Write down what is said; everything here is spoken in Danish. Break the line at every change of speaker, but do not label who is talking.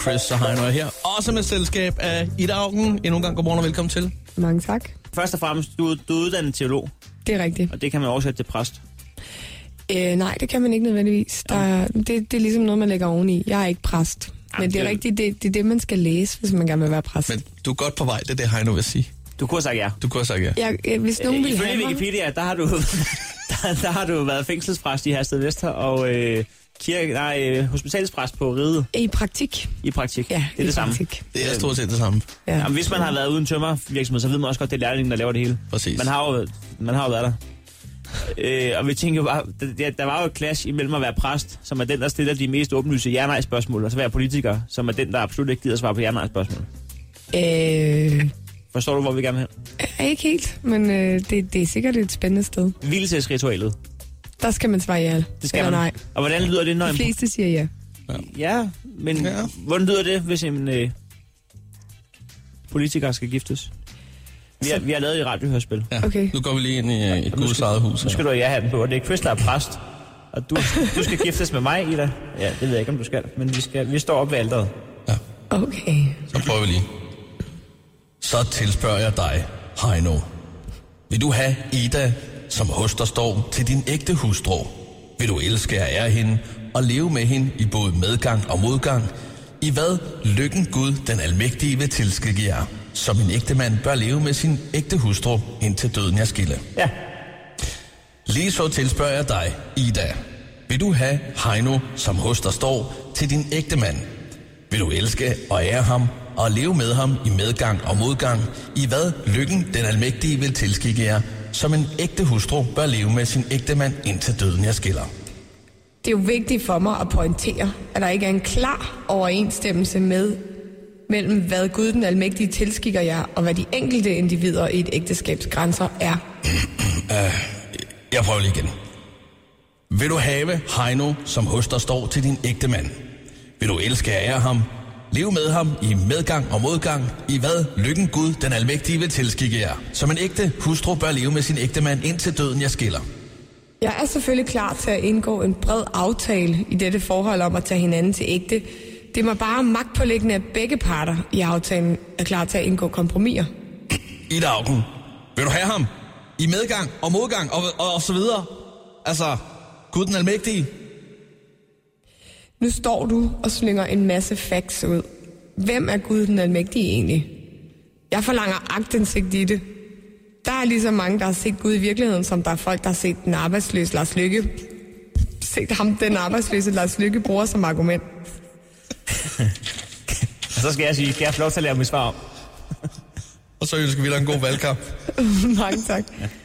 Chris og Heino er her. Også med selskab af Ida Augen. Endnu en gang godmorgen og velkommen til.
Mange tak.
Først og fremmest, du, du er uddannet teolog,
Det er rigtigt.
og det kan man oversætte til præst.
Øh, nej, det kan man ikke nødvendigvis. Der, er- det, det er ligesom noget, man lægger oveni. Jeg er ikke præst.
Jamen,
Men det er
det-
rigtigt, det, det er det, man skal læse, hvis man gerne vil være præst.
Men du er godt på vej, det er det Heino vil sige.
Du kunne have sagt ja.
Du kunne have sagt ja.
Jeg, øh, hvis nogen
Øh,
vil
Ifølge
have mig,
Wikipedia, der har du, der, der har du været fængselspræst i Hersted Vester og øh, kirke, nej, øh, hospitalspræst på Ride
i praktik.
i praktik.
Ja,
det er
i
det samme.
praktik.
Det er stort set det samme.
Ja.
Jamen, hvis man har været uden tømmervirksomhed, så ved man også godt, det er lærlingen, der laver det hele.
Præcis.
Man har jo, man har jo været der. Øh, og vi tænker jo bare, der, der var jo et clash imellem at være præst, som er den, der stiller de mest åbenlyse ja-nej-spørgsmål, og så være politiker, som er den, der absolut ikke gider svare på ja-nej-spørgsmål.
Øh,
Forstår du, hvor vi gerne vil
er ikke helt, men øh, det, det er sikkert et spændende sted.
hen? Hvilesesritualet.
Der skal man svare ja
Det skal
eller
man.
nej.
Og hvordan lyder det, når
De
en...
fleste siger ja.
Ja, men
Ja.
ja. hvordan lyder det, hvis en øh, politiker skal giftes? Vi har, vi har lavet et radiohørspil.
Ja.
Okay.
Nu går vi lige ind i, øh, i Guds
skal-
eget hus.
Så skal du have ja-hatten på, og det er Chris, der er præst. Og du, du skal giftes med mig, Ida. Ja, det ved jeg ikke, om du skal, men vi, skal, vi står op ved alderet.
Okay.
Så prøver vi lige. Så tilspørger jeg dig, Heino. Vil du have Ida, som hos dig står, til din ægte hustru? Vil du elske og ære hende og leve med hende i både medgang og modgang? I hvad lykken Gud den almægtige vil tilskikke jer, som en ægte mand bør leve med sin ægte hustru, indtil døden jer skille.
Ja,
Lige så tilspørger jeg dig, Ida. Vil du have Heino, som hos dig står, til din ægte mand? Vil du elske og ære ham og leve med ham i medgang og modgang, i hvad lykken den almægtige vil tilskikke jer, som en ægte hustru bør leve med sin ægte mand indtil døden jeg skiller?
Det er jo vigtigt for mig at pointere, at der ikke er en klar overensstemmelse med mellem hvad Gud den almægtige tilskikker jer, og hvad de enkelte individer i et ægteskabs grænser er.
Jeg prøver lige igen. Vil du have Heino, som hos dig står til din ægte mand? Vil du elske og ære ham? Lev med ham i medgang og modgang, i hvad lykken Gud den almægtige vil tilskikke jer. Som en ægte hustru bør leve med sin ægte mand indtil døden jeg skiller.
Jeg er selvfølgelig klar til at indgå en bred aftale i dette forhold om at tage hinanden til ægte. Det må bare magtpålæggende, at begge parter i aftalen er klar til at indgå kompromiser.
I dagen. Vil du have ham? I medgang og modgang og, og, og så videre. Altså, Gud den almægtige.
Nu står du og slynger en masse facts ud. Hvem er Gud den almægtige egentlig? Jeg forlanger agtindsigt i det. Der er lige så mange, der har set Gud i virkeligheden, som der er folk, der har set den arbejdsløse Lars Lykke. Set ham, den arbejdsløse Lars Lykke, bruger som argument.
og så skal jeg sige, skal jeg få lov til at lave mit svar om?
Og så ønsker vi dig en god valgkamp.
Mange tak.